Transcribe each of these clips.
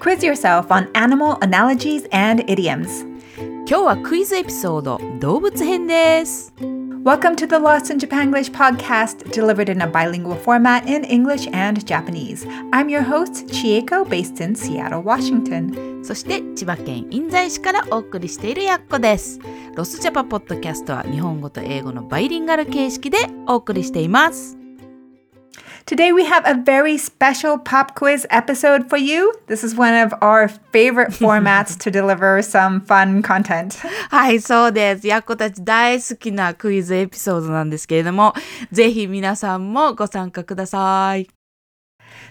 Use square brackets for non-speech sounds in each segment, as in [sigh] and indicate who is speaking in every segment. Speaker 1: Quiz yourself on animal analogies and idioms.
Speaker 2: 今日はクイズエピソード動物編です
Speaker 1: Welcome to the Lost in Japanglish podcast, delivered in a bilingual format in English and Japanese. I'm your host, Chieko, based in Seattle, Washington.
Speaker 2: そして千葉県印西市からお送りしているやっこですロスジャパポッドキャストは日本語と英語のバイリンガル形式でお送りしています
Speaker 1: Today we have a very special pop quiz episode for you. This is one of our favorite formats to deliver some fun content.
Speaker 2: はいそうですやっこたち大好きなクイズエピソードなんですけれどもぜひ皆さんもご参加ください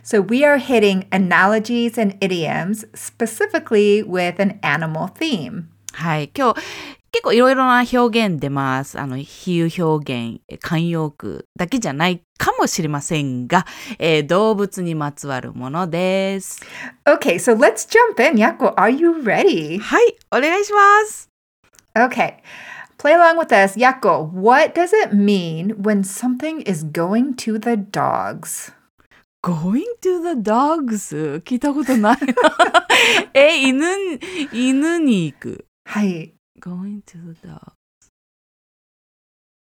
Speaker 1: So we are hitting analogies and idioms specifically with an animal theme.
Speaker 2: はい今日結構いろいろな表現出ます。あの、比喩表現、え慣用句だけじゃないかもしれませんが、えー動物にまつわるものです。
Speaker 1: Okay, so let's jump in. Yako, are you ready?
Speaker 2: はい、お願いします。
Speaker 1: Okay. Play along with us. Yako, what does it mean when something is going to the dogs?
Speaker 2: Going to the dogs 聞いたことない [laughs] な。え、犬に、犬に行く。
Speaker 1: Hi.
Speaker 2: Going to the dogs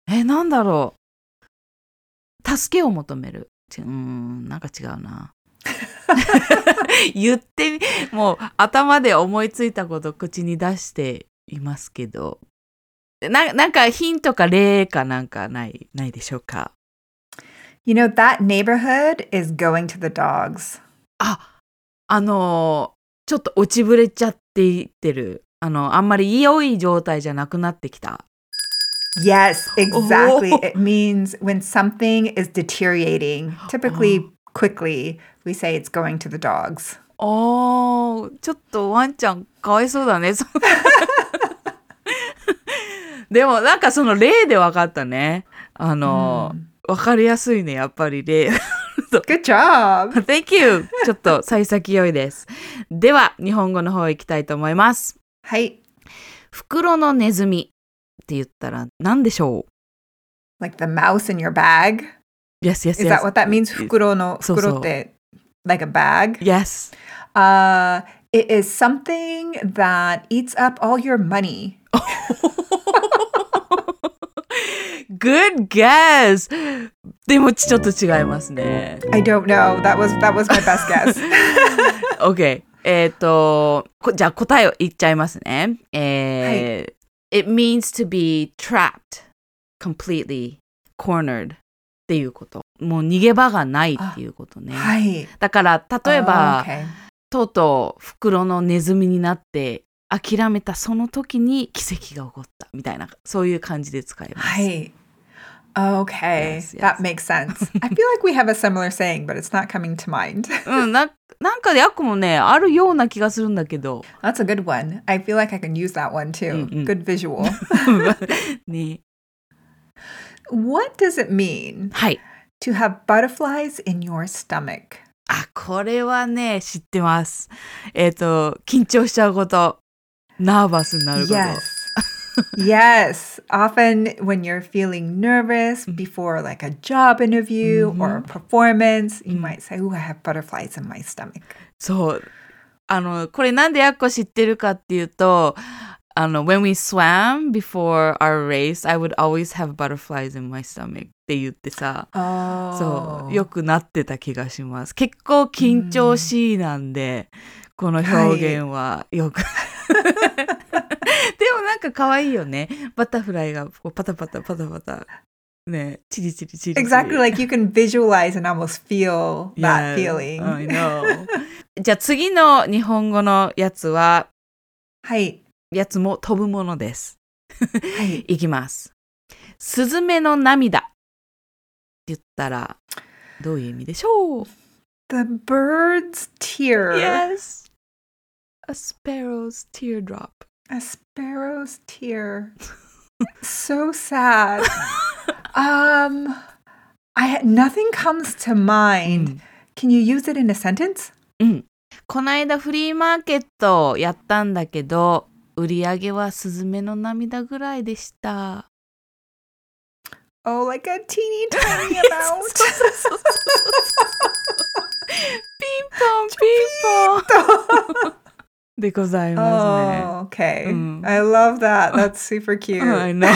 Speaker 2: え、なんだろう。助けを求める。ちうーん、なんか違うな。言ってみ、もう頭で思いついたこと口に出していますけど。ななんかヒントか例かなんかない、ないでしょうか。
Speaker 1: You know, that neighborhood is going to the dogs.
Speaker 2: あ、あのーちょっと落ちぶれちゃっていってる。あの、あんまり良い状態じゃなくなってきた。
Speaker 1: Yes, exactly.
Speaker 2: Oh.
Speaker 1: It means when something is deteriorating, typically
Speaker 2: Oh.
Speaker 1: quickly, we say it's going to the dogs.
Speaker 2: おー、ちょっとワンちゃんかわいそうだね。 [laughs] そでもなんかその例で分かったね。あのー、分かりやすいね、やっぱり例。
Speaker 1: Hmm.
Speaker 2: [laughs]
Speaker 1: Good job.
Speaker 2: Thank you! ちょっと幸先良いです。では、日本語の方行きたいと思います。
Speaker 1: Hi.
Speaker 2: 袋のネズミって言ったら何でしょ
Speaker 1: Like the mouse in your bag.
Speaker 2: う ?Yes, yes, yes.
Speaker 1: Is that what that means? 袋の
Speaker 2: そうそう
Speaker 1: 袋って like a bag.
Speaker 2: Yes. [laughs]
Speaker 1: Uh, it is something that eats up all your money.
Speaker 2: Good guess! でもちょっと違いますね。
Speaker 1: I don't know. That was that was my best
Speaker 2: [laughs]
Speaker 1: guess.
Speaker 2: OK。えっ、とこじゃあ答えを言っちゃいますね。えー It means to be trapped, completely cornered っていうこと。もう逃げ場がないっていうことね。 [laughs]
Speaker 1: はい。
Speaker 2: だから例えば、
Speaker 1: Okay.
Speaker 2: とうとう袋のネズミになって諦めたその時に奇跡が起こったみたいなそういう感じで使います。
Speaker 1: Hi. Okay.
Speaker 2: Yes, yes.
Speaker 1: That makes sense. I feel like we have a similar saying, but it's not coming to mind. [laughs]
Speaker 2: うん、ななんかであくもねあるような気がするんだけ
Speaker 1: [laughs]
Speaker 2: ど [laughs]
Speaker 1: That's a good one. I feel like I can use that one too.
Speaker 2: Mm, mm.
Speaker 1: Good
Speaker 2: [laughs]
Speaker 1: visual.
Speaker 2: ね
Speaker 1: what does it mean
Speaker 2: はい
Speaker 1: to have butterflies in your stomach?
Speaker 2: あこれはね知ってますえっ、と緊張しちゃうことナーバスになること、
Speaker 1: Yes. yes. Often when you're feeling nervous
Speaker 2: Mm-hmm.
Speaker 1: before like a job interview or a performance,
Speaker 2: Mm-hmm.
Speaker 1: you might say, Oh, I have butterflies in my stomach.
Speaker 2: そうあのこれなんでやっこ知ってるかっていうとあの When we swam before our race I would always have butterflies in my stomach って言ってさ
Speaker 1: Oh.
Speaker 2: そう [laughs] よくなってた気がします結構緊張しいなんで、この表現はよく、 [laughs] でもなんか可愛いよねバタフライがこうパタパタパタパタねチリチリチリチリ
Speaker 1: Exactly. Like you can visualize and almost feel that
Speaker 2: Yes,
Speaker 1: feeling.
Speaker 2: I know [laughs] じゃあ次の日本語のやつは
Speaker 1: Hi.
Speaker 2: やつも飛ぶものです
Speaker 1: Hi.
Speaker 2: [laughs] いきますスズメの涙って言ったらどういう意味でしょう
Speaker 1: The bird's tear.
Speaker 2: Yes. A sparrow's teardrop.
Speaker 1: A sparrow's tear. so
Speaker 2: [laughs]
Speaker 1: sad. Um I had nothing comes to mind. Can you use it in a sentence?
Speaker 2: こないだフリーマーケットやったんだけど、売り上げはスズメの涙ぐらいでした。
Speaker 1: Oh, like a
Speaker 2: [laughs]
Speaker 1: teeny tiny
Speaker 2: そう
Speaker 1: amount. [laughs]
Speaker 2: [laughs] そうそうそうピンポンピンポン。でございま
Speaker 1: Oh, okay.
Speaker 2: Mm. Oh,
Speaker 1: I love
Speaker 2: [laughs]
Speaker 1: that. That's super
Speaker 2: すね。
Speaker 1: cute.
Speaker 2: はい、な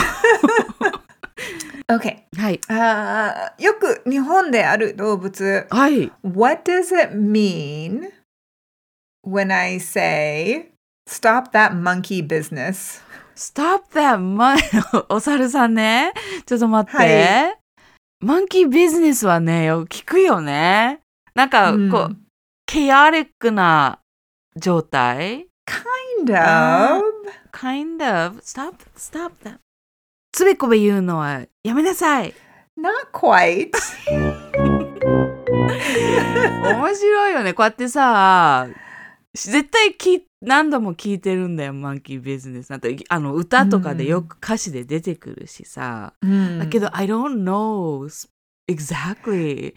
Speaker 1: Okay.
Speaker 2: はい。
Speaker 1: あーよく日本である動物。
Speaker 2: はい。
Speaker 1: What does it mean when I say stop that monkey business?
Speaker 2: Stop that, man. お猿さんね。ちょっと待って。
Speaker 1: は
Speaker 2: マンキービジネスはね、よく聞くよね。なんか、
Speaker 1: うん
Speaker 2: こう、ケアレックな状態
Speaker 1: Kind
Speaker 2: Uh-huh.
Speaker 1: of.
Speaker 2: ?kind of. Stop, stop that. つべこべ言うのはやめなさい。
Speaker 1: Not quite.
Speaker 2: 面白いよね。こうやってさ、絶対き何度も聞いてるんだよ、マンキービジネスなんて。あの、歌とかでよく歌詞で出てくるしさ。
Speaker 1: Hmm.
Speaker 2: だけど、I don't know exactly.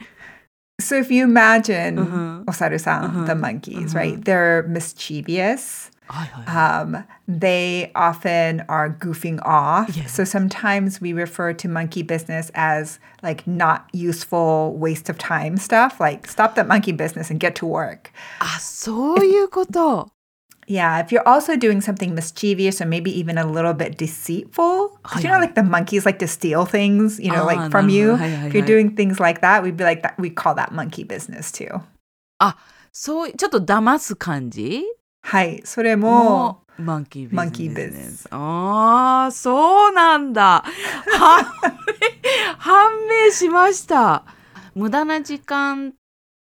Speaker 1: So if you imagine
Speaker 2: Uh-huh.
Speaker 1: osaru-san,
Speaker 2: Uh-huh.
Speaker 1: the monkeys,
Speaker 2: Uh-huh.
Speaker 1: right? They're mischievous.
Speaker 2: はいはいはい。
Speaker 1: Um, they often are goofing off.
Speaker 2: Yeah.
Speaker 1: So sometimes we refer to monkey business as like not useful waste of time stuff, like stop that monkey business and get to work.
Speaker 2: あ、そういう [laughs] こと。
Speaker 1: Yeah, if you're also doing something mischievous or maybe even a little bit deceitful, 'cause you know,
Speaker 2: Hi-hi.
Speaker 1: like the monkeys like to steal things, you know,
Speaker 2: Oh, Ah,
Speaker 1: like from
Speaker 2: no,
Speaker 1: you.
Speaker 2: hi-hi-hi.
Speaker 1: If you're doing things like that, we'd be like that. We call that monkey business too.
Speaker 2: そう、ちょっと騙す感じ
Speaker 1: Hi, それも
Speaker 2: もう、マンキービジネス。
Speaker 1: マンキービジネス
Speaker 2: ああ、そうなんだ。判明、判明しました。無駄な時間っ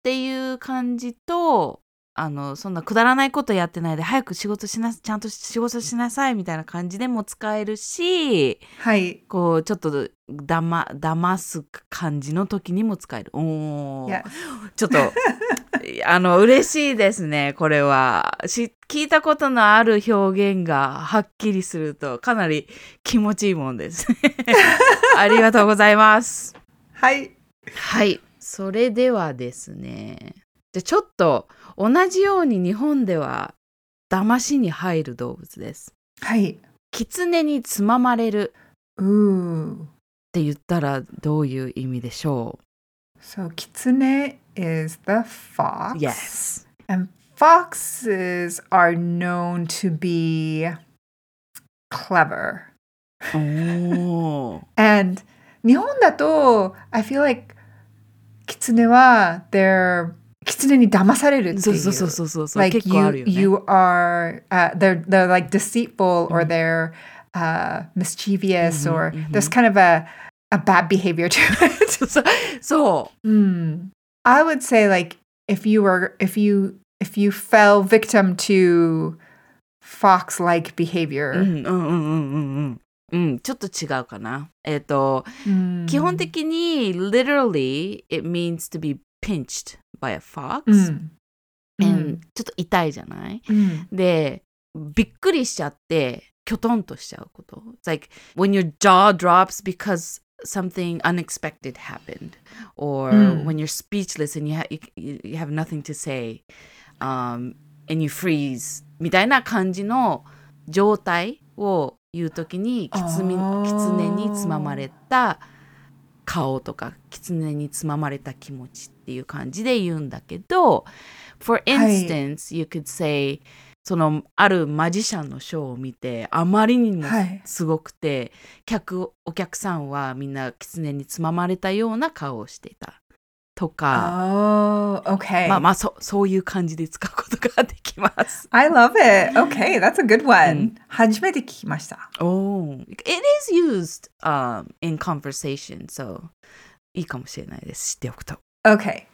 Speaker 2: ていう感じと、あの、そんなくだらないことやってないで、早く仕事しな、ちゃんと仕事しなさいみたいな感じでも使えるし、
Speaker 1: はい。
Speaker 2: こう、ちょっと、だま、騙す感じの時にも使える。おー。
Speaker 1: Yeah.
Speaker 2: ちょっと、 [laughs] あの、嬉しいですね、これは。し聞いたことのある表現がはっきりすると、かなり気持ちいいもんです。 [laughs] ありがとうございます。
Speaker 1: はい。
Speaker 2: はい。それではですね。じゃあちょっと、同じように日本では、騙しに入る動物です。
Speaker 1: はい。
Speaker 2: 狐につままれる
Speaker 1: Ooh.
Speaker 2: って言ったらどういう意味でしょ
Speaker 1: So kitsune is the
Speaker 2: う
Speaker 1: fox.
Speaker 2: ?Yes.
Speaker 1: And foxes are known to be clever.
Speaker 2: おー。
Speaker 1: And 日本だと I feel like 狐は they're 狐に騙されるっていう。
Speaker 2: そうそうそうそうそうそう、
Speaker 1: like
Speaker 2: 結構ある
Speaker 1: you
Speaker 2: よね。
Speaker 1: you are uh, they're they're like deceitful or they're uh, mischievous
Speaker 2: Mhm,
Speaker 1: or
Speaker 2: mhm.
Speaker 1: there's kind of a a bad behavior to it.
Speaker 2: [laughs] そうそ
Speaker 1: Hmm. I would say like if you were if you if you fell victim to fox like
Speaker 2: う、
Speaker 1: behavior.
Speaker 2: うんうんうんうんうんうん、うん、ちょっと違うかな。えっ、と、
Speaker 1: Mm.
Speaker 2: 基本的に literally it means to be pinched by a fox、
Speaker 1: Mm.
Speaker 2: and ちょっと痛いじゃない
Speaker 1: Mm.
Speaker 2: で、びっくりしちゃって、きょとんとしちゃうこと。It's like when your jaw drops because something unexpected happened, or
Speaker 1: うん
Speaker 2: when you're speechless and you, ha you, you have nothing to say, um, and you freeze みたいな感じの状態を言うときに、きつみ
Speaker 1: あー
Speaker 2: きつねにつままれた顔とか、きつねにつままれた気持ちっていう感じで言うんだけど、For
Speaker 1: はい
Speaker 2: instance, you could say そのあるマジシャンのショーを見てあまりにも
Speaker 1: はい
Speaker 2: すごくて、客お客さんはみんな狐につままれたような顔をしていたとか
Speaker 1: Oh, okay.
Speaker 2: まあまあそそういう感じで使うことができます。
Speaker 1: I love it. Okay, that's a good one. 初めて聞きました。
Speaker 2: [laughs] おー It is used、um, in conversation, so いいかもしれないです。知っておくと。
Speaker 1: Okay.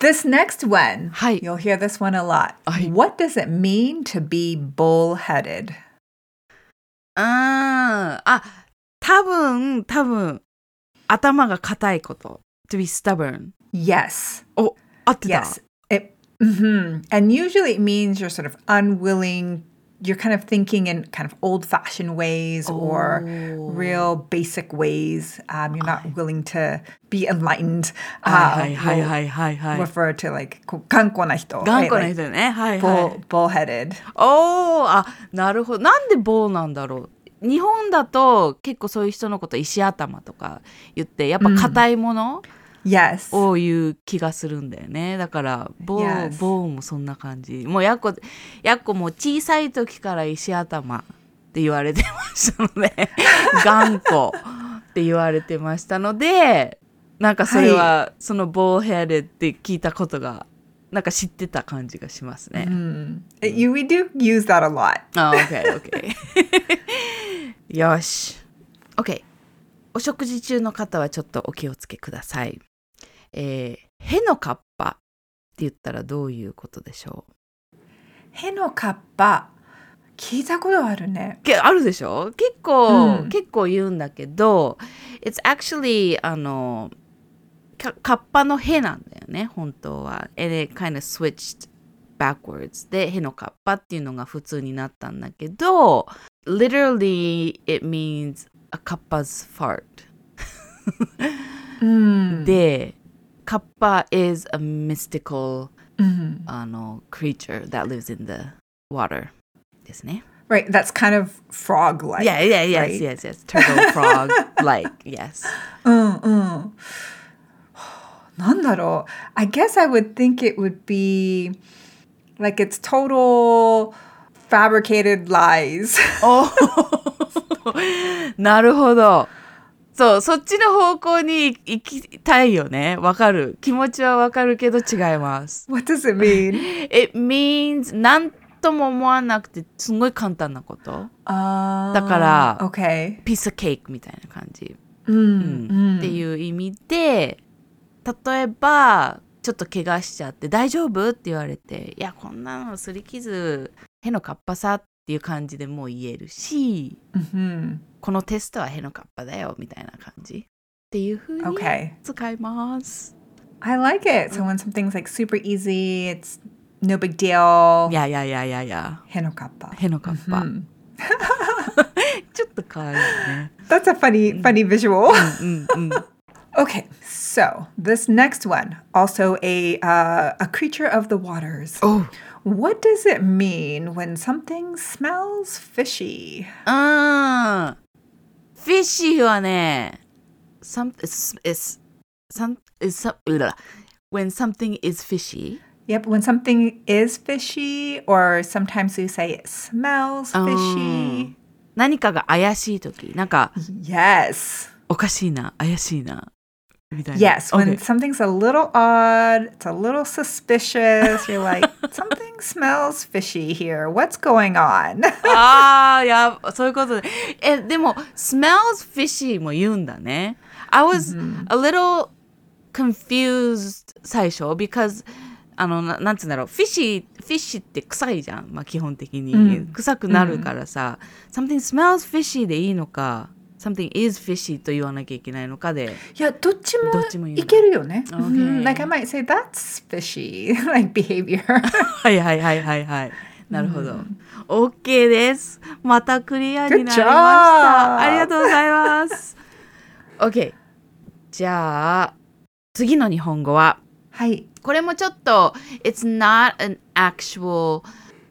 Speaker 1: This next one,
Speaker 2: はい。
Speaker 1: you'll hear this one a lot.
Speaker 2: Hi.
Speaker 1: What does it mean to be bullheaded?
Speaker 2: うーんあ、多分、多分、頭が硬いこと。to be stubborn.
Speaker 1: Yes.
Speaker 2: お、合ってた。
Speaker 1: Yes. It. hmm And usually it means you're sort of unwilling. You're kind of thinking in kind of old-fashioned ways or
Speaker 2: Oh.
Speaker 1: real basic ways. Um, you're not willing to be enlightened.
Speaker 2: は
Speaker 1: Uh,
Speaker 2: いは
Speaker 1: we'll
Speaker 2: いはいはいはいはい。
Speaker 1: Refer to like 頑固な人,
Speaker 2: 頑固な
Speaker 1: right?
Speaker 2: 人ね。はい
Speaker 1: Like
Speaker 2: はい。
Speaker 1: bull, bullheaded.
Speaker 2: おお、あ、なるほど。なんで棒なんだろう。日本だと結構そういう人のこと石頭とか言って、やっぱ硬いもの、
Speaker 1: Yes.
Speaker 2: を言う気がするんだよねだからボー、
Speaker 1: Yes.
Speaker 2: ボーもそんな感じもうやっこやっこも小さい時から石頭って言われてましたので頑固って言われてましたのでなんかそれは、そのボーヘレって聞いたことがなんか知ってた感じがしますね。
Speaker 1: Mm. It- you, we do use that a lot.
Speaker 2: あ、OK、OK。よ [laughs] し。OK。お食事中の方はちょっとお気をつけください。えー、へのかっぱって言ったらどういうことでしょう
Speaker 1: へのかっぱ。聞いたことあるね。
Speaker 2: けあるでしょ結構、
Speaker 1: うん
Speaker 2: 結構言うんだけど、it's actually あの、かカッパのへなんだよね、本当は。And it kind of switched backwards で、へのカッパっていうのが普通になったんだけど、literally it means a kappa's fart
Speaker 1: うん。、
Speaker 2: で、カッパ is a mystical
Speaker 1: うん、
Speaker 2: あの creature that lives in the water ですね。
Speaker 1: Right, that's kind of frog-like.
Speaker 2: Yeah, yeah, yes,
Speaker 1: right?
Speaker 2: yes, yes. Turtle
Speaker 1: [laughs]
Speaker 2: frog, like, yes.
Speaker 1: うん [sighs] うん。なんだろう。I guess I would think it would be like it's total fabricated lies. [laughs]
Speaker 2: お [laughs] なるほど。そう、そっちの方向に行きたいよね。わかる。気持ちはわかるけど違います。
Speaker 1: What does it
Speaker 2: [laughs]
Speaker 1: mean?
Speaker 2: It means なんとも思わなくてすごい簡単なこと。
Speaker 1: あー
Speaker 2: だから
Speaker 1: Okay. Mm,
Speaker 2: piece of cake みたいな感じ。
Speaker 1: うんうん。
Speaker 2: っていう意味で例えばちょっと怪我しちゃって「大丈夫?」って言われて「いやこんなの擦り傷へのかっぱさ」っていう感じでもう言えるし
Speaker 1: うん
Speaker 2: 「このテストはへのかっぱだよ」みたいな感じっていう風
Speaker 1: うん。
Speaker 2: に
Speaker 1: Okay.
Speaker 2: 使います。
Speaker 1: I like it. So when something's like super easy, it's no big deal.
Speaker 2: いやいやいやいやいや
Speaker 1: Hinokappa.
Speaker 2: へのかっぱ、
Speaker 1: Mm.
Speaker 2: ちょっと可愛いよね。
Speaker 1: That's a funny, funny visual.
Speaker 2: うんうん
Speaker 1: [laughs] okay, so this next one, also a uh, a creature of the waters.
Speaker 2: [laughs] おう
Speaker 1: What does it mean when something smells fishy?
Speaker 2: うーん。フィッシーはね、some, is, is, some, is, some, うら when something is fishy.
Speaker 1: Yep, when something is fishy, or sometimes we say it smells
Speaker 2: Oh.
Speaker 1: fishy.
Speaker 2: 何かが怪しいとき、なんか
Speaker 1: Yes.
Speaker 2: おかしいな、怪しいな、みたいな。
Speaker 1: Yes, when
Speaker 2: Okay.
Speaker 1: something's a little odd, it's a little suspicious, you're
Speaker 2: [laughs]
Speaker 1: like, something smells fishy here. What's going on? [laughs]
Speaker 2: ああ、やば、そういうことで。え、でも、smells fishy も言うんだね。I was a little confused 最初 because あのななんつうんだろう fishy fishy って臭いじゃん、まあ、基本的に、
Speaker 1: うん
Speaker 2: 臭くなるからさ、something smells fishy でいいのか something is fishy と言わなきゃいけないのかでどっちも言うん
Speaker 1: いや、
Speaker 2: だ。
Speaker 1: どっちもいけるよね。
Speaker 2: Okay.
Speaker 1: Mhm. Like I might say, that's fishy, [laughs] like behavior. [laughs]
Speaker 2: はいはいはいはいはいなるほど、OK ですまたクリアになりまし
Speaker 1: Good job.
Speaker 2: たありがとうございます [laughs] OK じゃあ次の日本語は
Speaker 1: はい。
Speaker 2: これもちょっと It's not an actual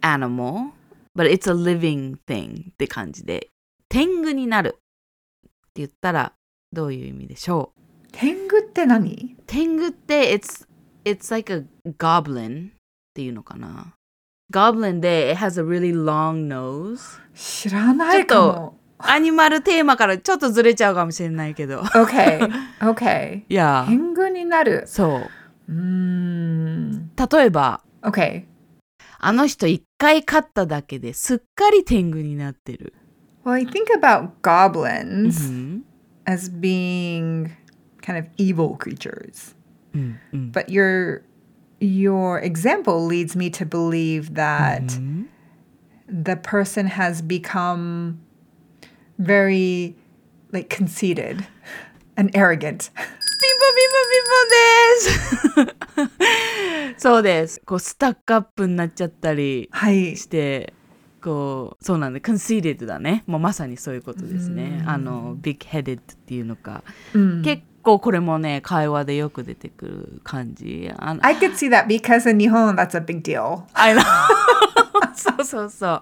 Speaker 2: animal but it's a living thing って感じで天狗になるって言ったらどういう意味でしょう
Speaker 1: 天狗って何
Speaker 2: 天狗って It's, it's like a goblin っていうのかな Goblin で It has a really long nose
Speaker 1: 知らないかも。
Speaker 2: アニマルテーマからちょっとずれちゃうかもしれないけど [laughs]
Speaker 1: Okay, okay.
Speaker 2: いやそう
Speaker 1: 天狗になる。うーん。Okay.
Speaker 2: 例えばあの人一回勝っただけですっかり天狗になってる
Speaker 1: Well, I think about goblins
Speaker 2: うん
Speaker 1: as being kind of evil creatures.
Speaker 2: うんうん
Speaker 1: but your your example leads me to believe that the person has become very like conceited and arrogant [laughs]
Speaker 2: ピンポンピンポンピンポンです [laughs] そうですこうスタックアップになっちゃったり
Speaker 1: はい
Speaker 2: してこうそうなんで conceited だねもうまさにそういうことですねあの big headed っていうのか、結構これもね会話でよく出てくる感じあの
Speaker 1: I could
Speaker 2: [laughs]
Speaker 1: see that because in Nihon that's a big deal
Speaker 2: I know そうそうそう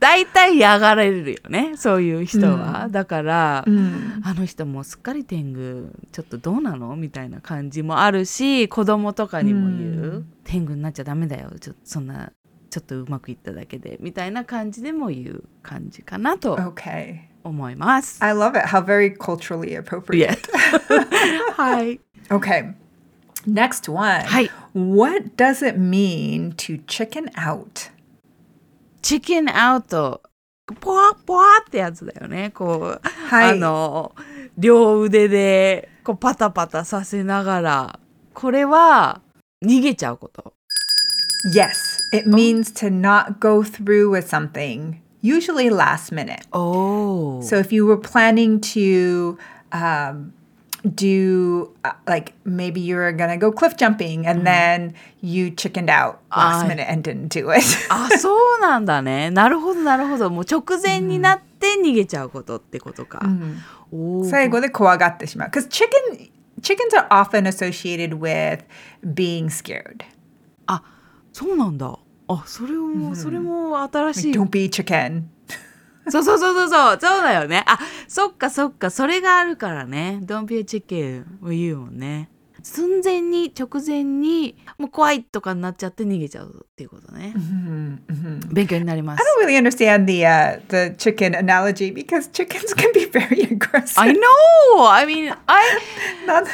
Speaker 2: 大体嫌がられるよねそういう人は、
Speaker 1: うん
Speaker 2: だから、
Speaker 1: うん
Speaker 2: あの人もすっかり天狗ちょっとどうなのみたいな感じもあるし子供とかにも言う、
Speaker 1: うん
Speaker 2: 天狗になっちゃダメだよちょそんなちょっとうまくいっただけでみたいな感じでも言う感じかなと
Speaker 1: Okay.
Speaker 2: 思います。
Speaker 1: I love it. How very culturally appropriate.
Speaker 2: Yeah. [laughs] はい。
Speaker 1: Okay. Next one.
Speaker 2: はい。
Speaker 1: What does it mean to chicken out?
Speaker 2: チキンアウト。ポワポワってやつだよね。こう、
Speaker 1: はい
Speaker 2: あの、両腕で、こう、パタパタさせながら、これは、逃げちゃうこと。
Speaker 1: Yes,
Speaker 2: Oh.
Speaker 1: it means to not go through with something, usually last minute.
Speaker 2: おお。
Speaker 1: So if you were planning to um, do, uh, like, maybe you're going to go cliff jumping and then you chickened out last
Speaker 2: Mm. I-
Speaker 1: minute and didn't do it. [laughs]
Speaker 2: あ、そうなんだね。なるほど、なるほど。もう直前になって逃げちゃうことってことか。おお。
Speaker 1: 最後で怖がってしまう。Because chicken, chickens are often associated with being scared.
Speaker 2: あ、そうなんだ。あ、それも、それも新しい
Speaker 1: Don't be chicken.
Speaker 2: そうそうそうそうそうそうだよね。あそっかそっかそれがあるからね。Don't be a chicken を言うもんね。寸前に直前にもう怖いとかになっちゃって逃げちゃうっていうことね。勉強になりま
Speaker 1: I
Speaker 2: す。
Speaker 1: don't really understand the uh, the chicken analogy because chickens [laughs] can be very aggressive.
Speaker 2: I know! I mean, I...
Speaker 1: Not-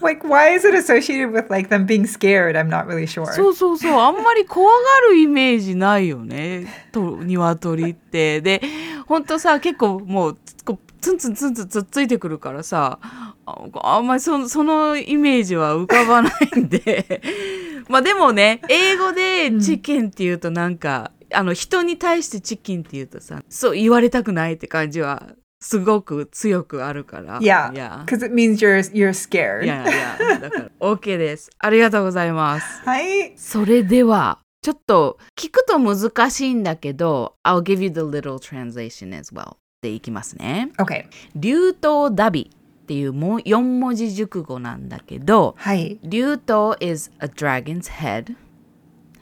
Speaker 1: like, why is it associated with like them being scared? I'm not really sure.
Speaker 2: そうそうそう。あんまり怖がるイメージないよね。と、鶏って。で、ほんとさ、結構もう、こうツンツンツンツンつっついてくるからさ、ああんまりそのそのイメージは浮かばないんで。 [laughs] まあでもね、英語でチキンって言うとなんか、あの、人に対してチキンって言うとさ、そう言われたくないって感じは、すごく強くあるから。い
Speaker 1: yeah,
Speaker 2: や。
Speaker 1: because it means you're you're scared.
Speaker 2: いやいや。だから、OK です。ありがとうございます。
Speaker 1: Hi.
Speaker 2: それでは、ちょっと聞くと難しいんだけど、I'll give you the little translation as well でいきますね。
Speaker 1: Okay.
Speaker 2: 流頭ダビっていうも4文字熟語なんだけど、
Speaker 1: Hi.
Speaker 2: 流頭 is a dragon's head,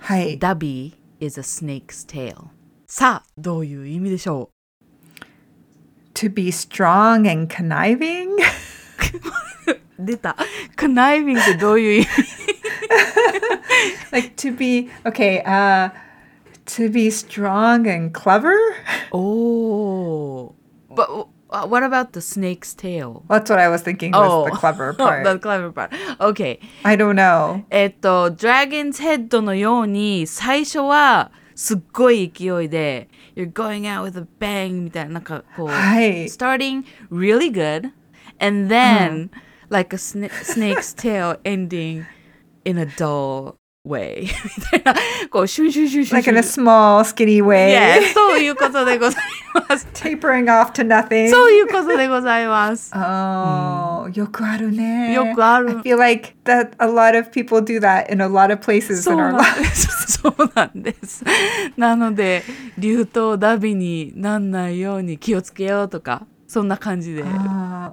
Speaker 1: Hi.
Speaker 2: ダビ is a snake's tail。さあ、どういう意味でしょ
Speaker 1: To be strong and conniving. [laughs]
Speaker 2: う出た。クナイビングってど
Speaker 1: [laughs]
Speaker 2: ういう意味
Speaker 1: like to be okay. Uh, to be strong and clever. [laughs]
Speaker 2: おー。But what about the snake's tail?
Speaker 1: That's what I was thinking was the
Speaker 2: [laughs]
Speaker 1: clever part.
Speaker 2: Oh. the clever part. Okay.
Speaker 1: I don't know.
Speaker 2: えっと、ドラゴンズヘッドのように、最初はすっごい勢いで、You're going out with a bang みたいな、なんかこう、
Speaker 1: はい
Speaker 2: starting really good, and then、like a sna- snake's tail ending in a dull way [laughs] みたいな、こう、シュンシュンシュンシュン
Speaker 1: Like
Speaker 2: シュ
Speaker 1: in
Speaker 2: ン。
Speaker 1: a small, skinny way.
Speaker 2: Yes そういうことでございます。
Speaker 1: [laughs] Tapering off to nothing.
Speaker 2: そういうことでございます。Hmm.
Speaker 1: Oh, よくあるね。
Speaker 2: よくある。
Speaker 1: I feel like that a lot of people do that in a lot of places
Speaker 2: そう
Speaker 1: in our
Speaker 2: なん
Speaker 1: life.
Speaker 2: です。そうなんです。なので、流頭ダビになんないように気をつけようとか、そんな感じで。こ
Speaker 1: Oh,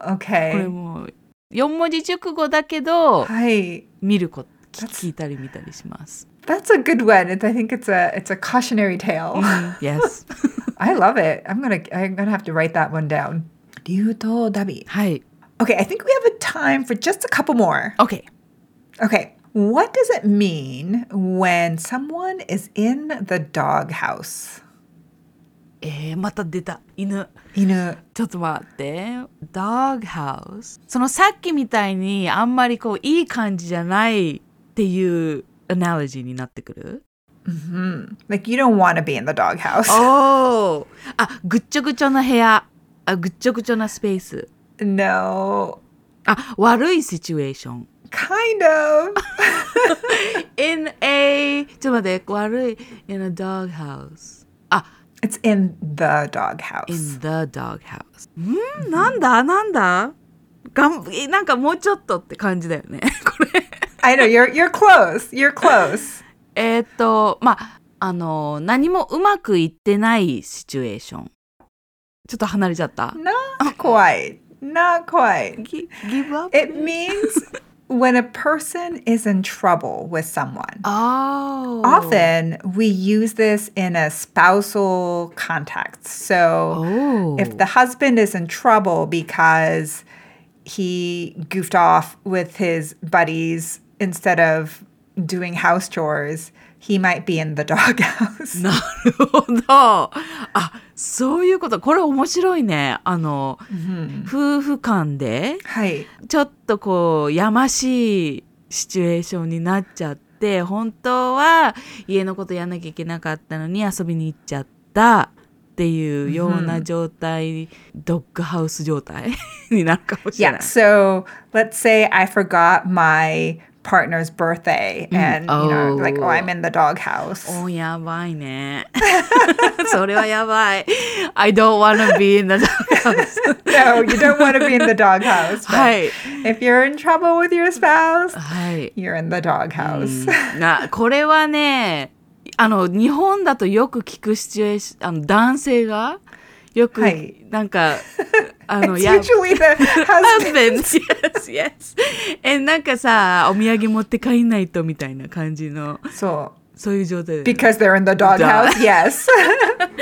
Speaker 2: れ
Speaker 1: [laughs] okay.
Speaker 2: もう、4文字熟語だけど、
Speaker 1: Hi.
Speaker 2: 見ること、聞
Speaker 1: That's-
Speaker 2: 聞いたり見たりします。
Speaker 1: That's a good one. It, I think it's a it's a cautionary tale.
Speaker 2: Hmm. yes.
Speaker 1: [laughs] I love it. I'm gonna I'm gonna have to write that one down. 流動ダビ。
Speaker 2: はい。
Speaker 1: Okay, I think we have a time for just a couple more.
Speaker 2: OK。
Speaker 1: Okay. What does it mean when someone is in the doghouse?
Speaker 2: えー、また出た。犬。
Speaker 1: 犬。
Speaker 2: ちょっと待って。dog house。そのさっきみたいにあんまりこういい感じじゃないっていうアナロジーになってくる
Speaker 1: Like you don't want to be in the doghouse.
Speaker 2: Oh. おおあぐっちょぐちょな部屋あぐっちょぐちょなスペース
Speaker 1: No.
Speaker 2: あ悪いシチュエーション
Speaker 1: Kind of.
Speaker 2: [laughs] in a ちょっと待って悪い in a dog house あ
Speaker 1: It's in the doghouse.
Speaker 2: in the dog house んーなんだなんだがんえなんかもうちょっとって感じだよね [laughs] これ
Speaker 1: I know you're you're close. You're close.
Speaker 2: えーっとまああの何もうまくいってないシチュエーションちょっと離れちゃった
Speaker 1: Not quite. Not quite.
Speaker 2: Gi- give up
Speaker 1: It means when a person is in trouble with someone,
Speaker 2: Oh.
Speaker 1: often we use this in a spousal context. So
Speaker 2: Oh.
Speaker 1: if the husband is in trouble because he goofed off with his buddies instead of doing house chores, he might be in the [laughs] doghouse.
Speaker 2: なるほど。あ、そういうこと。これ面白いね。あの、
Speaker 1: Mhm.
Speaker 2: 夫婦間で、
Speaker 1: はい。
Speaker 2: ちょっとこう、やましいシチュエーションになっちゃって、本当は家のことやんなきゃいけなかったのに遊びに行っちゃったっていうよう
Speaker 1: う
Speaker 2: なん状態、ドッグハウス状態になるかもしれ
Speaker 1: Yeah.
Speaker 2: ない。
Speaker 1: So let's say I forgot my partner's birthday and you know like oh
Speaker 2: Mm, Oh.
Speaker 1: I'm in the doghouse.
Speaker 2: おーやばいね。 [laughs] それはやばい。I don't wanna be in the house.
Speaker 1: No, you don't want to be
Speaker 2: [laughs]
Speaker 1: in the doghouse.
Speaker 2: は
Speaker 1: But
Speaker 2: い。
Speaker 1: if you're in trouble with your spouse,
Speaker 2: はい。
Speaker 1: you're in the doghouse. [laughs]
Speaker 2: うんなこれはねあの日本だとよく聞くシチュエーションあの男性がよく、
Speaker 1: はい
Speaker 2: なんかあの
Speaker 1: It's
Speaker 2: や
Speaker 1: usually [laughs] the Oh, husband.
Speaker 2: husband [laughs] yes yes えなんかさお土産持って帰んないとみたいな感じの
Speaker 1: So
Speaker 2: そういう状態で
Speaker 1: because they're in the doghouse, [laughs] yes.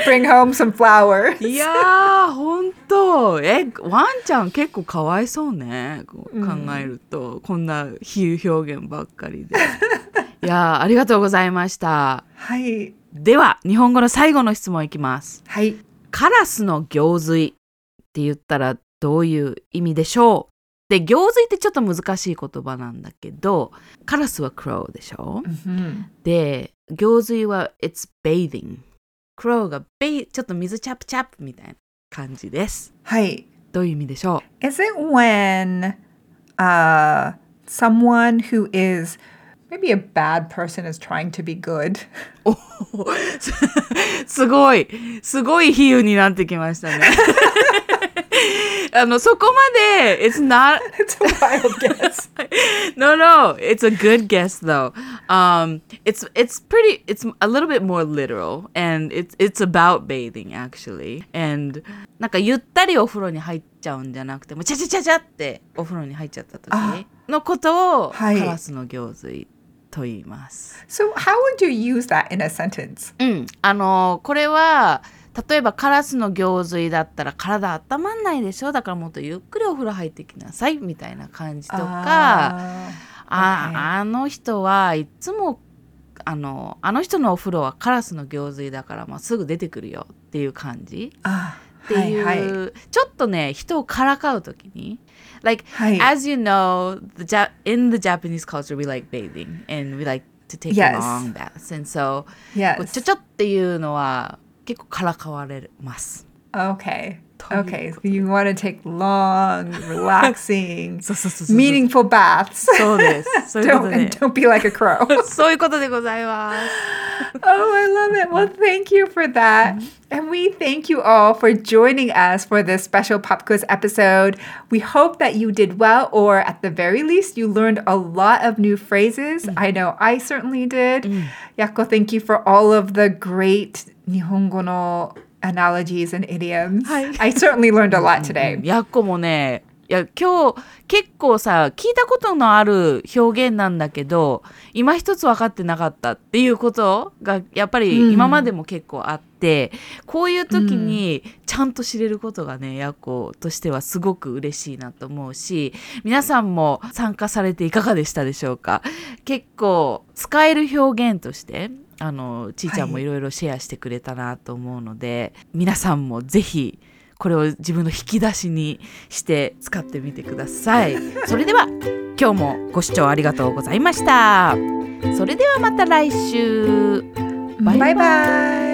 Speaker 1: Bring home some flowers.
Speaker 2: いやーほんとえワンちゃん結構かわいそうねこう考えると、こんな比喩表現ばっかりでいやーありがとうございました。
Speaker 1: Hi.
Speaker 2: では日本語の最後の質問いきます。
Speaker 1: Hi.
Speaker 2: カラスの行水って言ったらどういう意味でしょうで行水ってちょっと難しい言葉なんだけどカラスは crow でしょ
Speaker 1: Mhm.
Speaker 2: で行水は it's bathing crow がベイちょっと水チャプチャプみたいな感じです
Speaker 1: Hi.
Speaker 2: どういう意味でしょ
Speaker 1: Is it when uh, someone who is maybe a bad person is trying to be good? [laughs]
Speaker 2: うおおす [laughs] ごいすごい比喩になってきましたね [laughs] あのそこまで it's not
Speaker 1: It's a [laughs] wild guess.
Speaker 2: [laughs] no, no, it's a good guess though. Um, it's it's pretty. It's a little bit more literal, and it's it's about bathing actually. And なんかゆったりお風呂に入っちゃうんじゃなくてもうちゃちゃちゃちゃってお風呂に入っちゃった時のことを、
Speaker 1: はい
Speaker 2: カラスの行水と言います。
Speaker 1: So, how would you use that in a sentence?
Speaker 2: うん、あのこれは例えばカラスの行水だったら体温まんないでしょだからもっとゆっくりお風呂入ってきなさいみたいな感じとか。あ
Speaker 1: Okay.
Speaker 2: あの人はいつもあのあの人のお風呂はカラスの行水だから、まあ、すぐ出てくるよっていう感じ
Speaker 1: [sighs] Ah,
Speaker 2: っていう、ちょっとね人をからかう時に like
Speaker 1: はい。
Speaker 2: as you know the ja in the Japanese culture we like bathing and we like to take
Speaker 1: Yes.
Speaker 2: long baths and so こう
Speaker 1: Yes.
Speaker 2: ちょちょっていうのは結構からかわれます。
Speaker 1: Okay.
Speaker 2: という
Speaker 1: Okay. So you want to take [laughs] long, relaxing,
Speaker 2: そうそうそうそう
Speaker 1: meaningful baths.
Speaker 2: [laughs] そうです。そういうこと
Speaker 1: Don't
Speaker 2: で [laughs]
Speaker 1: and。don't be like a crow.
Speaker 2: そういうことでございます。
Speaker 1: Oh, I love it. Well, thank you for that. And we thank you all for joining us for this special Pop Quiz episode. We hope that you did well, or at the very least, you learned a lot of new phrases. I know I certainly did. Yako, thank you for all of the great Nihongo no analogies and idioms.
Speaker 2: Hi.
Speaker 1: I certainly learned a lot today.
Speaker 2: やっこもね、いや今日結構さ聞いたことのある表現なんだけど今一つ分かってなかったっていうことがやっぱ
Speaker 1: うん
Speaker 2: り今までも結構あって、こういう時にちゃんと知れることがねやっことしてはすごく嬉しいなと思うし皆さんも参加されていかがでしたでしょうか結構使える表現としてあのちいちゃんも
Speaker 1: はい
Speaker 2: いろいろシェアしてくれたなと思うので、皆さんもぜひこれを自分の引き出しにして使ってみてくだ
Speaker 1: [laughs]
Speaker 2: さい。それでは今日もご視聴ありがとうございました。それではまた来週。バイバイ
Speaker 1: bye.